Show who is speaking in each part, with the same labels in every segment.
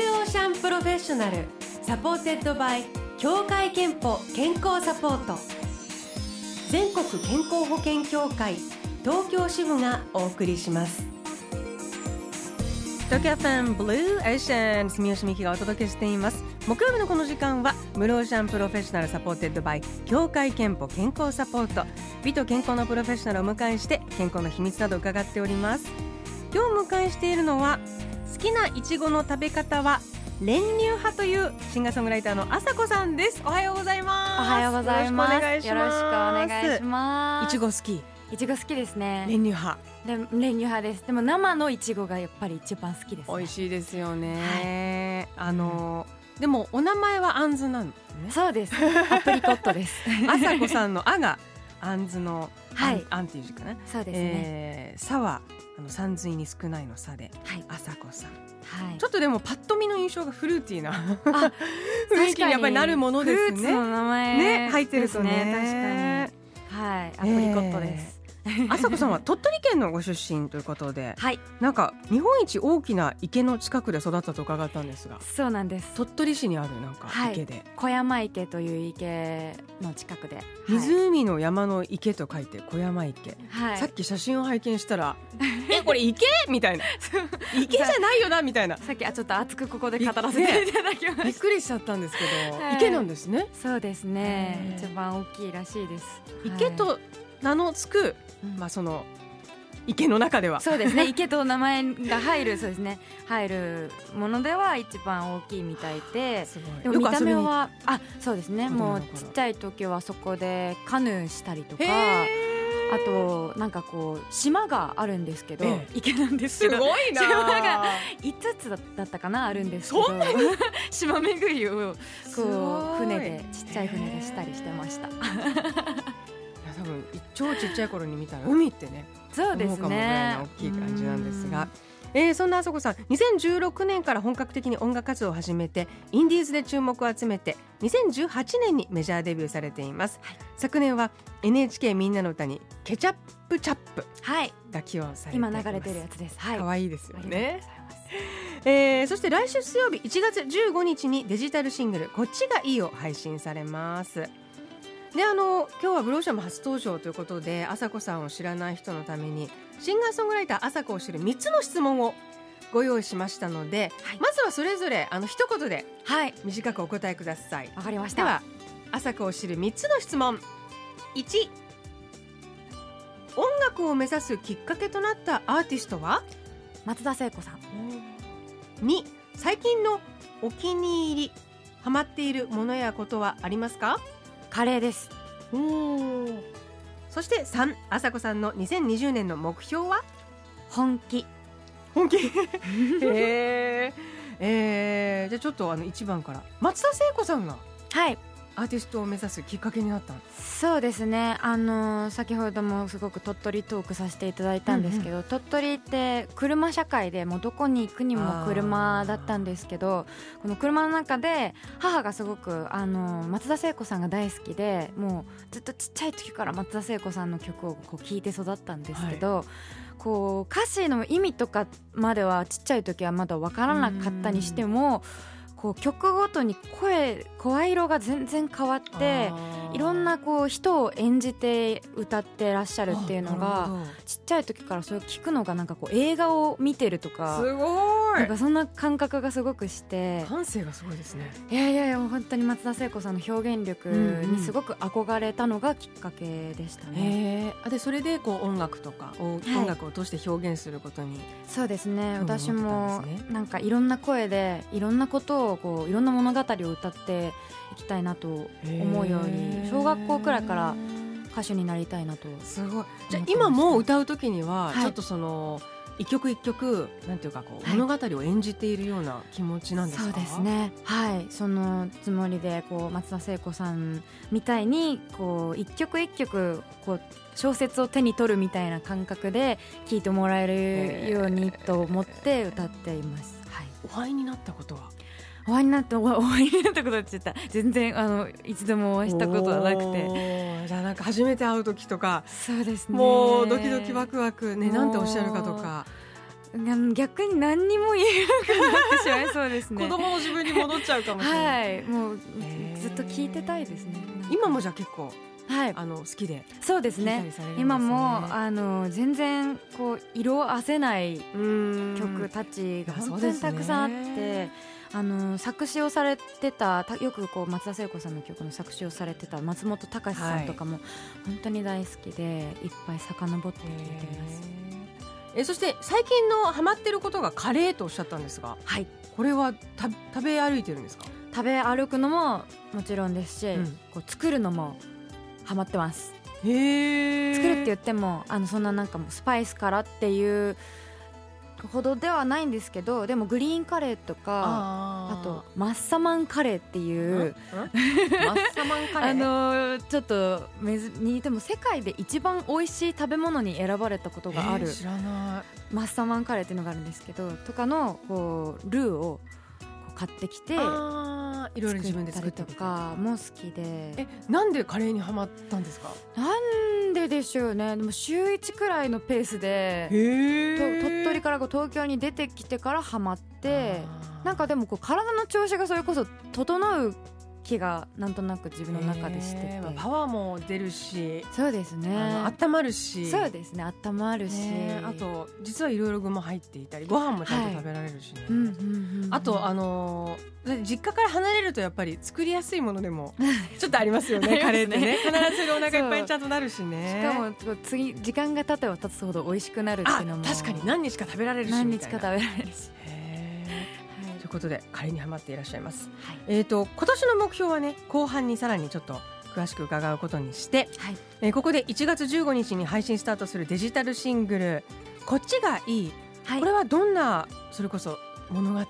Speaker 1: フェッショナルサポーテッドバイ協会憲法健康サポート全国健康保険協会東京支部がお送りします東京 FM ブルーエーシャン住吉美希がお届けしています木曜日のこの時間は無料シャンプロフェッショナルサポーテッドバイ協会憲法健康サポート美と健康のプロフェッショナルをお迎えして健康の秘密など伺っております今日お迎えしているのは好きないちごの食べ方は練乳派というシンガーソングライターのあさこさんですおはようござい
Speaker 2: お
Speaker 1: ます
Speaker 2: はようございます。
Speaker 1: よろしくお願い
Speaker 2: よ
Speaker 1: します
Speaker 2: ろしくお願いします。
Speaker 1: いちご好き
Speaker 2: いちご好きですね。
Speaker 1: 練乳派
Speaker 2: で練乳派です。でも生のいちごがやっぱり一番好きです、ね。
Speaker 1: 美味しいですよね、あのーでもお名前はあんずなのね
Speaker 2: そう です。アプリコットです。
Speaker 1: あさこさんの「あ」があんずの「あん
Speaker 2: はい
Speaker 1: あん」っていう字かな、
Speaker 2: そうですね。
Speaker 1: えー「さ」はあのさんずいに少ないの「さ」で
Speaker 2: はい
Speaker 1: あさこさん
Speaker 2: はい
Speaker 1: ち。ょっとでもパッと見の印象がフルーティーな
Speaker 2: あ
Speaker 1: 雰囲気にやっぱりなるものです
Speaker 2: フルーツの
Speaker 1: ね
Speaker 2: 名前
Speaker 1: ね入ってるとね
Speaker 2: ですね確かに。はい。アプリコットです。
Speaker 1: あさこさんは鳥取県のご出身ということで
Speaker 2: はい。
Speaker 1: なんか日本一大きな池の近くで育ったと伺ったんですが
Speaker 2: そうなんです。
Speaker 1: 鳥取市にあるなんか
Speaker 2: はい
Speaker 1: 池で、
Speaker 2: 小山池という池の近くで。はい
Speaker 1: 湖の山の池と書いて小山池、
Speaker 2: はい。
Speaker 1: さっき写真を拝見した ら「えこれ池?」みたいな「池じゃないよな」みたいな
Speaker 2: さっきあちょっと熱くここで語らせていただきました
Speaker 1: びっくりしちゃったんですけど、
Speaker 2: はい
Speaker 1: 池なんですね
Speaker 2: そうですね
Speaker 1: へ。ー
Speaker 2: 一番大きいらしいです。
Speaker 1: 池
Speaker 2: はい、
Speaker 1: と名の付く、
Speaker 2: うん
Speaker 1: まあ、その池の中では
Speaker 2: そうですね。池と名前が入るそうですね。入るものでは一番大きいみたいで。
Speaker 1: す
Speaker 2: で
Speaker 1: ごい
Speaker 2: も
Speaker 1: よ
Speaker 2: 見
Speaker 1: く
Speaker 2: た
Speaker 1: 遊
Speaker 2: 目
Speaker 1: びに行っ
Speaker 2: はあそうですね
Speaker 1: 子供の
Speaker 2: もう
Speaker 1: 頃
Speaker 2: ちっちゃい時はそこでカヌーしたりとか
Speaker 1: たへ
Speaker 2: あ
Speaker 1: ー
Speaker 2: となんかこう島があるんですけど、
Speaker 1: え
Speaker 2: 池なんです
Speaker 1: す
Speaker 2: けど
Speaker 1: ごいな
Speaker 2: 島が5つだったかなあるんですけど
Speaker 1: そん
Speaker 2: 島巡りをこ
Speaker 1: すご
Speaker 2: う
Speaker 1: い
Speaker 2: 船でちっちゃい船でしたりしてました
Speaker 1: いや多分超ちっちゃい頃に見たら海ってね
Speaker 2: そうですね
Speaker 1: 思うかもぐらいな大きい感じなんですが。えーそんなあそこさん2016年から本格的に音楽活動を始めてインディーズで注目を集めて2018年にメジャーデビューされています、
Speaker 2: はい
Speaker 1: 昨年は NHK みんなの歌に「ケチャップチャップ
Speaker 2: はい」
Speaker 1: が起用されてい
Speaker 2: 今
Speaker 1: ます
Speaker 2: 流れてるやつですはい
Speaker 1: 可愛いですよ
Speaker 2: ありがとうござい
Speaker 1: ね
Speaker 2: ます
Speaker 1: えーそして来週水曜日1月15日にデジタルシングル「こっちがいい」を配信されますであの今日はブローシャム初登場ということで朝子さんを知らない人のためにシンガーソングライター朝子を知る3つの質問をご用意しましたので、
Speaker 2: はい
Speaker 1: まずはそれぞれあの一言で
Speaker 2: はい
Speaker 1: 短くお答えください
Speaker 2: わかりました
Speaker 1: では朝子を知る3つの質問1音楽を目指すきっかけとなったアーティストは
Speaker 2: 松田聖子さん
Speaker 1: 2最近のお気に入りハマっているものやことはありますか
Speaker 2: カレーです
Speaker 1: そして3あさこさんの2020年の目 標は
Speaker 2: 本気
Speaker 1: 本気えー、 えー、じゃあちょっとあの1番から松田聖子さんが
Speaker 2: はい
Speaker 1: アーティストを目指すきっかけになったんです
Speaker 2: そうですねあの先ほどもすごく鳥取トークさせていただいたんですけど、鳥取って車社会でもうどこに行くにも車だったんですけどこの車の中で母がすごくあの松田聖子さんが大好きでもうずっとちっちゃい時から松田聖子さんの曲をこう聴いて育ったんですけど、こう歌詞の意味とかまではちっちゃい時はまだ分からなかったにしてもこう曲ごとに声声色が全然変わっていろんなこう人を演じて歌ってらっしゃるっていうの
Speaker 1: あ
Speaker 2: が
Speaker 1: なる
Speaker 2: ちっちゃい時からそれを聞くのがなんかこう映画を見てると
Speaker 1: ほど
Speaker 2: か。
Speaker 1: ご
Speaker 2: なんかそんな感覚がすごくして
Speaker 1: 感性がすごいですね
Speaker 2: いやいやいやもう本当に松田聖子さんの表現力にすごく憧れたのがきっかけでしたね。
Speaker 1: えー、あでそれでこう音楽とかを
Speaker 2: い
Speaker 1: 音楽を通して表現することに
Speaker 2: そうですね
Speaker 1: 興味を持って
Speaker 2: 私
Speaker 1: たんですね
Speaker 2: もなんかいろんな声でいろんなことをこういろんな物語を歌っていきたいなと思うよう
Speaker 1: へー
Speaker 2: に小学校くらいから歌手になりたいなと
Speaker 1: すごいじゃあ
Speaker 2: 思ってました
Speaker 1: 今も歌う時には
Speaker 2: はい
Speaker 1: ちょっとその一曲一曲なんていうかこう
Speaker 2: はい
Speaker 1: 物語を演じているような気持ちなんですか
Speaker 2: そうですねはいそのつもりでこう松田聖子さんみたいにこう一曲一曲こう小説を手に取るみたいな感覚で聴いてもらえるようにと思って歌っています。はい
Speaker 1: お会いになったことは
Speaker 2: お会いになったおお会いになったことって言った全然あのいつでもお会いしたことはなくて
Speaker 1: おーじゃあなんか初めて会う時とか
Speaker 2: そうですね
Speaker 1: もうドキドキワクワクね
Speaker 2: ね
Speaker 1: なんておっしゃるかとか
Speaker 2: うん逆に何にも言えなくなってしまいそうですね
Speaker 1: 子供の自分に戻っちゃうかもしれない、
Speaker 2: はいもう
Speaker 1: へー
Speaker 2: ずっと聞いてたいですね
Speaker 1: 今もじゃあ結構
Speaker 2: はい
Speaker 1: あの好きで
Speaker 2: そうです
Speaker 1: 聞いた
Speaker 2: ね
Speaker 1: りされるんですね
Speaker 2: 今もあの全然こう色褪せない曲
Speaker 1: 曲
Speaker 2: たちが
Speaker 1: いやそう
Speaker 2: 本当
Speaker 1: で
Speaker 2: に
Speaker 1: すね
Speaker 2: たくさんあって。あの作詞をされてたたよくこう松田聖子さんの曲の作詞をされてた松本隆さんとかも本当に大好きでいっぱい遡って聴いてます、
Speaker 1: えそして最近のハマってることがカレーとおっしゃったんですが
Speaker 2: はい、
Speaker 1: これはた食べ歩いてるんですか
Speaker 2: 食べ歩くのももちろんですし、
Speaker 1: うん
Speaker 2: こう作るのもハマってます
Speaker 1: へ
Speaker 2: 作るって言っ
Speaker 1: う
Speaker 2: てもあのそんななんかもうスパイスからっていうほどではないんですけどでもグリーンカレーとかあ
Speaker 1: あ
Speaker 2: とマッサマンカレーっていう
Speaker 1: マッサマンカレー
Speaker 2: あのーちょっとめずにでも世界で一番美味しい食べ物に選ばれたことがある
Speaker 1: えー知らな
Speaker 2: マッサマンカレーっていうのがあるんですけどとかのこうルーをこう買ってきて
Speaker 1: いあーいろいろ自分で作って
Speaker 2: 作ったりとかも好きで
Speaker 1: えなんでカレーにハマったんですか
Speaker 2: なんででしょうねでも週1くらいのペースでと
Speaker 1: え
Speaker 2: 鳥取からこう東京に出てきてからハマってなんかで
Speaker 1: も
Speaker 2: もこう体の調子がそれこそ整う気がなんとなく自分の中でしてて、
Speaker 1: パワーも出るし
Speaker 2: そうですね
Speaker 1: あの温まるし
Speaker 2: そうですね温まるし、
Speaker 1: ねあと実はいろいろ具も入っていたりご飯もちゃんと食べられるしね、
Speaker 2: うんうんうん
Speaker 1: あとあのー実家から離れるとやっぱり作りやすいもの でもちょっとありますよねカレーってね必ずお腹いっぱいにちゃんとなるしね
Speaker 2: しかもこう次時間が経てば経つほど美味しくなるって
Speaker 1: あ
Speaker 2: いうのも
Speaker 1: 確かに何日か食べられるし
Speaker 2: 何
Speaker 1: み
Speaker 2: 日
Speaker 1: たい
Speaker 2: か
Speaker 1: な
Speaker 2: 食べられるし、
Speaker 1: へー
Speaker 2: はい
Speaker 1: ということでカレーにハマっていらっしゃいます。
Speaker 2: はい
Speaker 1: えー、と今年の目標はね後半にさらにちょっと詳しく伺うことにして、
Speaker 2: はい
Speaker 1: えーここで1月15日に配信スタートするデジタルシングル「こっちがいい」
Speaker 2: はい
Speaker 1: これはどんなそれこそ物語の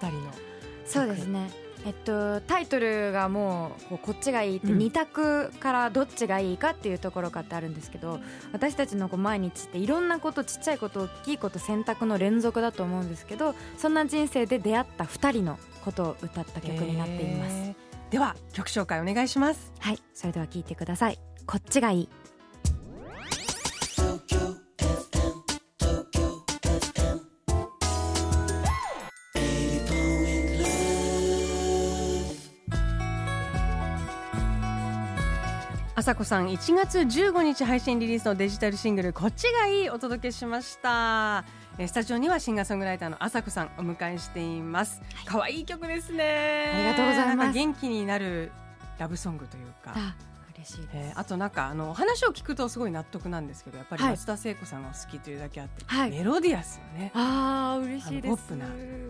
Speaker 2: そうですね。えっと、タイトルがもうこうこっちがいいって
Speaker 1: うん
Speaker 2: 2択からどっちがいいかっていうところかってあるんですけど私たちのこう毎日っていろんなことちっちゃいこと大きいこと選択の連続だと思うんですけどそんな人生で出会った2人のことを歌った曲になっています、
Speaker 1: えーでは曲紹介お願いします
Speaker 2: はいそれでは聴いてください「こっちがいい」
Speaker 1: 朝子さん1月15日配信リリースのデジタルシングル「こっちがいい」お届けしましたえースタジオにはシンガーソングライターの朝子さんお迎えしています可愛、い、い曲ですね
Speaker 2: ありがとうございます
Speaker 1: なんか元気になるラブソングというか
Speaker 2: あ嬉しいで
Speaker 1: え
Speaker 2: す、
Speaker 1: ーあとなんかあのお話を聞くとすごい納得なんですけどやっぱり
Speaker 2: はい
Speaker 1: 松田聖子さんが好きというだけあって、
Speaker 2: はい
Speaker 1: メロディアスよね
Speaker 2: あー嬉しい
Speaker 1: あの
Speaker 2: で
Speaker 1: ポッ
Speaker 2: す
Speaker 1: プな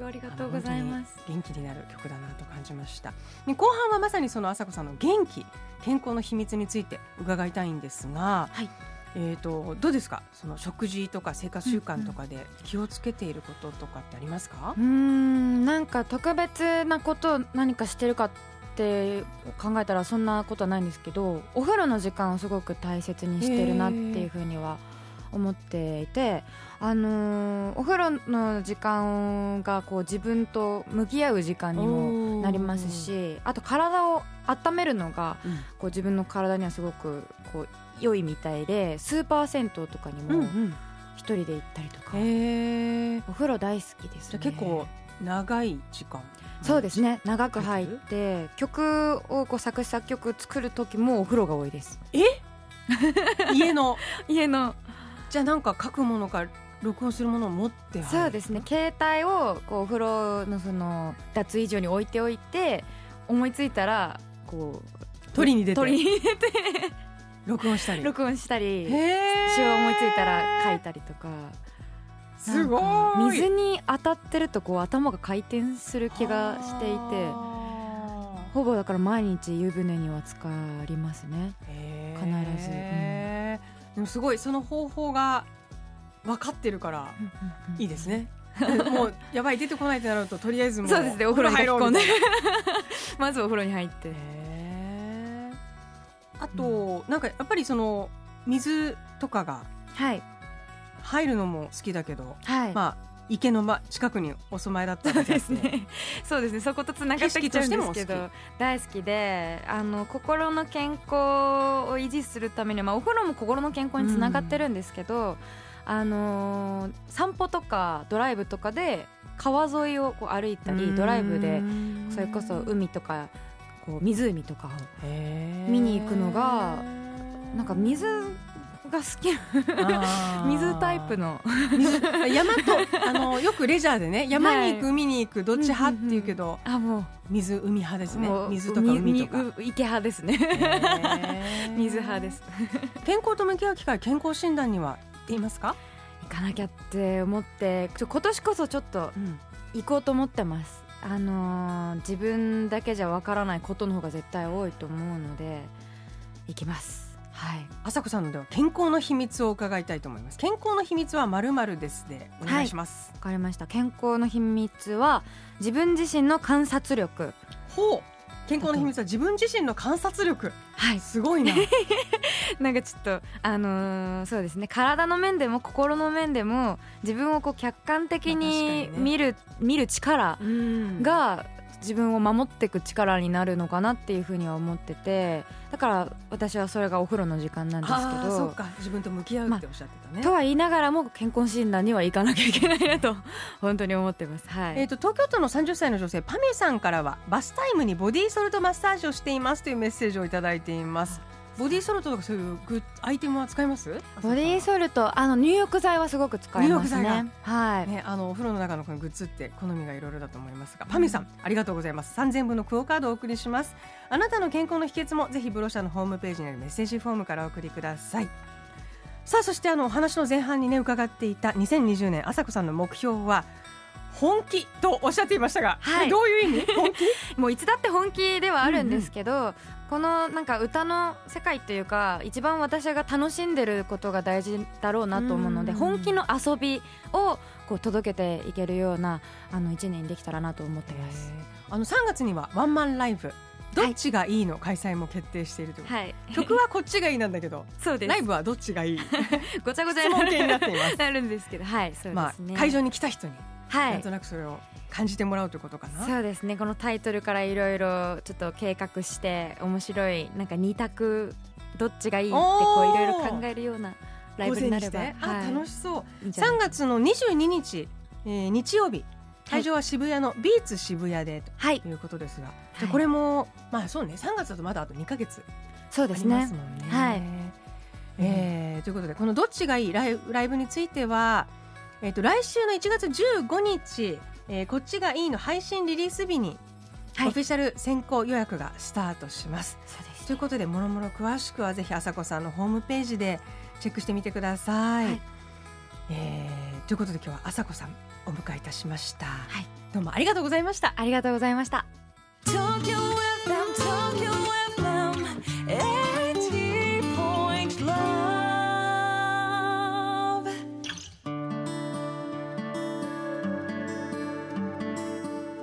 Speaker 2: ありがとうございます
Speaker 1: あの本当に元気になる曲だなと感じましたで後半はまさにその朝子さんの元気健康の秘密について伺いたいんですが、
Speaker 2: はい
Speaker 1: えー、とどうですかその食事とか生活習慣とかで気をつけていることとかってありますか
Speaker 2: うー、んなんか特別なことを何かしてるかって考えたらそんなことはないんですけどお風呂の時間をすごく大切にしてるなっていうふうには思っていて、あのーお風呂の時間がこう自分と向き合う時間にも
Speaker 1: も
Speaker 2: なります、しあと体を温めるのが
Speaker 1: うん
Speaker 2: こう自分の体にはすごくこう良いみたいでスーパー銭湯とかに
Speaker 1: うんう
Speaker 2: も
Speaker 1: ん
Speaker 2: 一人で行ったりとか、
Speaker 1: えー、
Speaker 2: お風呂大好きです、
Speaker 1: じゃ
Speaker 2: ね、
Speaker 1: あ結構長い時間
Speaker 2: そうですね長く入
Speaker 1: 入っ
Speaker 2: って
Speaker 1: る
Speaker 2: て曲をこう作詞作曲作る時もお風呂が多いです
Speaker 1: 家の
Speaker 2: 家の
Speaker 1: じゃあなんか書くものか録音するものを持って入る
Speaker 2: そうですね携帯をこうお風呂のその脱衣所に置いておいて思いついたらこう
Speaker 1: 取りに出て
Speaker 2: 取りに出て
Speaker 1: 録音したり
Speaker 2: 録音したり
Speaker 1: へー
Speaker 2: 詞を思いついたら書いたりとか
Speaker 1: すご
Speaker 2: なんか
Speaker 1: ーい
Speaker 2: 水に当たってるとこう頭が回転する気がしていて
Speaker 1: あ
Speaker 2: ほぼだから毎日湯船には浸かりますね
Speaker 1: ーへ
Speaker 2: 必ず
Speaker 1: えでもすごいその方法が分かってるからいいですね もうやばい出てこないってなるととりあえずもう
Speaker 2: そうですねお風呂に
Speaker 1: 入
Speaker 2: 入
Speaker 1: ろ
Speaker 2: ろ
Speaker 1: う
Speaker 2: う
Speaker 1: み
Speaker 2: み
Speaker 1: たいな
Speaker 2: まずお風呂に入って
Speaker 1: へーあとなんかやっぱりその水とかが
Speaker 2: はい
Speaker 1: 入るのも好きだけど
Speaker 2: はい、
Speaker 1: まあ池のま近くにお住まいだったら
Speaker 2: ですねそうですねそことつながってきちゃうんですけ
Speaker 1: 景色としても好
Speaker 2: ど大好きであの心の健康を維持するためには、まあ、お風呂も心の健康につながってるんですけど、あのー散歩とかドライブとかで川沿いをこう歩いたりドライブでそれこそ海とかこう湖とかを見
Speaker 1: 見
Speaker 2: に行くのがなんか水が好きな水タイプの
Speaker 1: 山とあのよくレジャーでね山に行く、
Speaker 2: は
Speaker 1: 海に行くどっち派っていうけど、
Speaker 2: あもう
Speaker 1: 水海派ですね
Speaker 2: もう
Speaker 1: 水とか海とか
Speaker 2: う池派ですね
Speaker 1: へ ー
Speaker 2: 水派です
Speaker 1: 健康と向き合う機会健康診断には行っていますか、
Speaker 2: 行かなきゃって思ってちょ今年こそちょっと行こうと思ってますあのー自分だけじゃわからないことの方が絶対多いと思うので行きますはい
Speaker 1: 朝子さんのでは健康の秘密を伺いたいと思います健康の秘密はまるまるですでお願いします、
Speaker 2: わかりました健康の秘密は自分自身の観察力
Speaker 1: ほう健康の秘密は自分自身の観察力
Speaker 2: はい
Speaker 1: すご いな
Speaker 2: なんかちょっとあのーそうですね体の面でも心の面でも自分をこう客観的に
Speaker 1: まあ確かにね
Speaker 2: 見る見る力
Speaker 1: うん
Speaker 2: が自分を守っていく力になるのかなっていうふうには思っててだから私はそれがお風呂の時間なんです
Speaker 1: あ
Speaker 2: け
Speaker 1: ーそ
Speaker 2: ど。
Speaker 1: うか自分と向き合うっておっしゃってたね、
Speaker 2: とは言いながらも健康診断には行かなきゃいけないなと 本当に思ってます。はい、
Speaker 1: えー、と東京都の30歳の女性パミさんからはバスタイムにボディーソルトマッサージをしていますというメッセージをいただいていますボディーソルトとかそういうグッアイテムは使います
Speaker 2: ボディーソルトあの入浴剤はすごく使います
Speaker 1: 入浴剤
Speaker 2: ね。はい、
Speaker 1: ね、あのお風呂の中のこのグッズって好みがいろいろだと思いますがパミさんありがとうございます3000分のクオカードをお送りしますあなたの健康の秘訣もぜひブロシャのホームページにあるメッセージフォームからお送りくださいさあそしてあのお話の前半にね伺っていた2020年朝子さんの目標は本気とおっしゃっていましたが、
Speaker 2: はい
Speaker 1: これどういう 意味本気
Speaker 2: もういつだって本気ではあるんですけど、このなんか歌の世界というか一番私が楽しんでることが大事だろうなと思うので、
Speaker 1: うん
Speaker 2: 本気の遊びをこう届けていけるようなあの1年にできたらなと思ってます。
Speaker 1: あの3月にはワンマンライブどっちがいいの開催も決定しているということ
Speaker 2: はい、
Speaker 1: で、曲はこっちがいいなんだけど
Speaker 2: そう で
Speaker 1: ライ
Speaker 2: す。
Speaker 1: ブはどっちがいい
Speaker 2: ごちゃごちゃ
Speaker 1: 質問系に
Speaker 2: な
Speaker 1: なって います
Speaker 2: なるんですけど、はい、そうで
Speaker 1: ます
Speaker 2: ね。
Speaker 1: あ会場に来た人に
Speaker 2: は
Speaker 1: なん
Speaker 2: い
Speaker 1: と。なくそれを感じてもらうということかな。
Speaker 2: そうですねこのタイトルからいろいろちょっと計画して面白いなんか二択どっちがいいってこ
Speaker 1: おー
Speaker 2: ういろいろ考えるようなライブになれば
Speaker 1: 午前にしてあ、楽
Speaker 2: し
Speaker 1: しそう。
Speaker 2: いいんじゃない
Speaker 1: 3月の22日、えー日曜日、会場は渋谷のビーツ渋谷で
Speaker 2: はい
Speaker 1: ということですが、じ
Speaker 2: は
Speaker 1: ゃあ
Speaker 2: い
Speaker 1: これもまあそうね、3月だとまだあと2ヶ月
Speaker 2: そう
Speaker 1: あ
Speaker 2: です
Speaker 1: りま
Speaker 2: ね
Speaker 1: すもんね。
Speaker 2: はい
Speaker 1: えーということでこのどっちがいいライブライブについては、えー、と来週の1月15日、えーこっちがいいの配信リリース日に、
Speaker 2: はい
Speaker 1: オフィシャル先行予約がスタートします。
Speaker 2: そうです
Speaker 1: ということでもろもろ詳しくはぜひ朝子さんのホームページでチェックしてみてください。
Speaker 2: はい
Speaker 1: えーということで今日は朝子さんお迎えいたしました、
Speaker 2: い
Speaker 1: どうもありがとうございました
Speaker 2: ありがとうございました
Speaker 3: Tokyo FM, Tokyo FM, 80.love.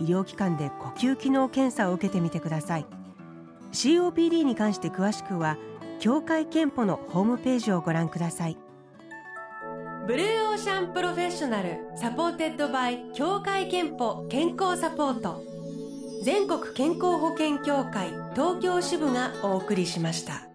Speaker 1: 医療機関で呼吸機能検査を受けてみてください COPD に関して詳しくは協会憲法のホームページをご覧くださいブルーオーシャンプロフェッショナルサポーテッドバイ協会憲法健康サポート全国健康保険協会東京支部がお送りしました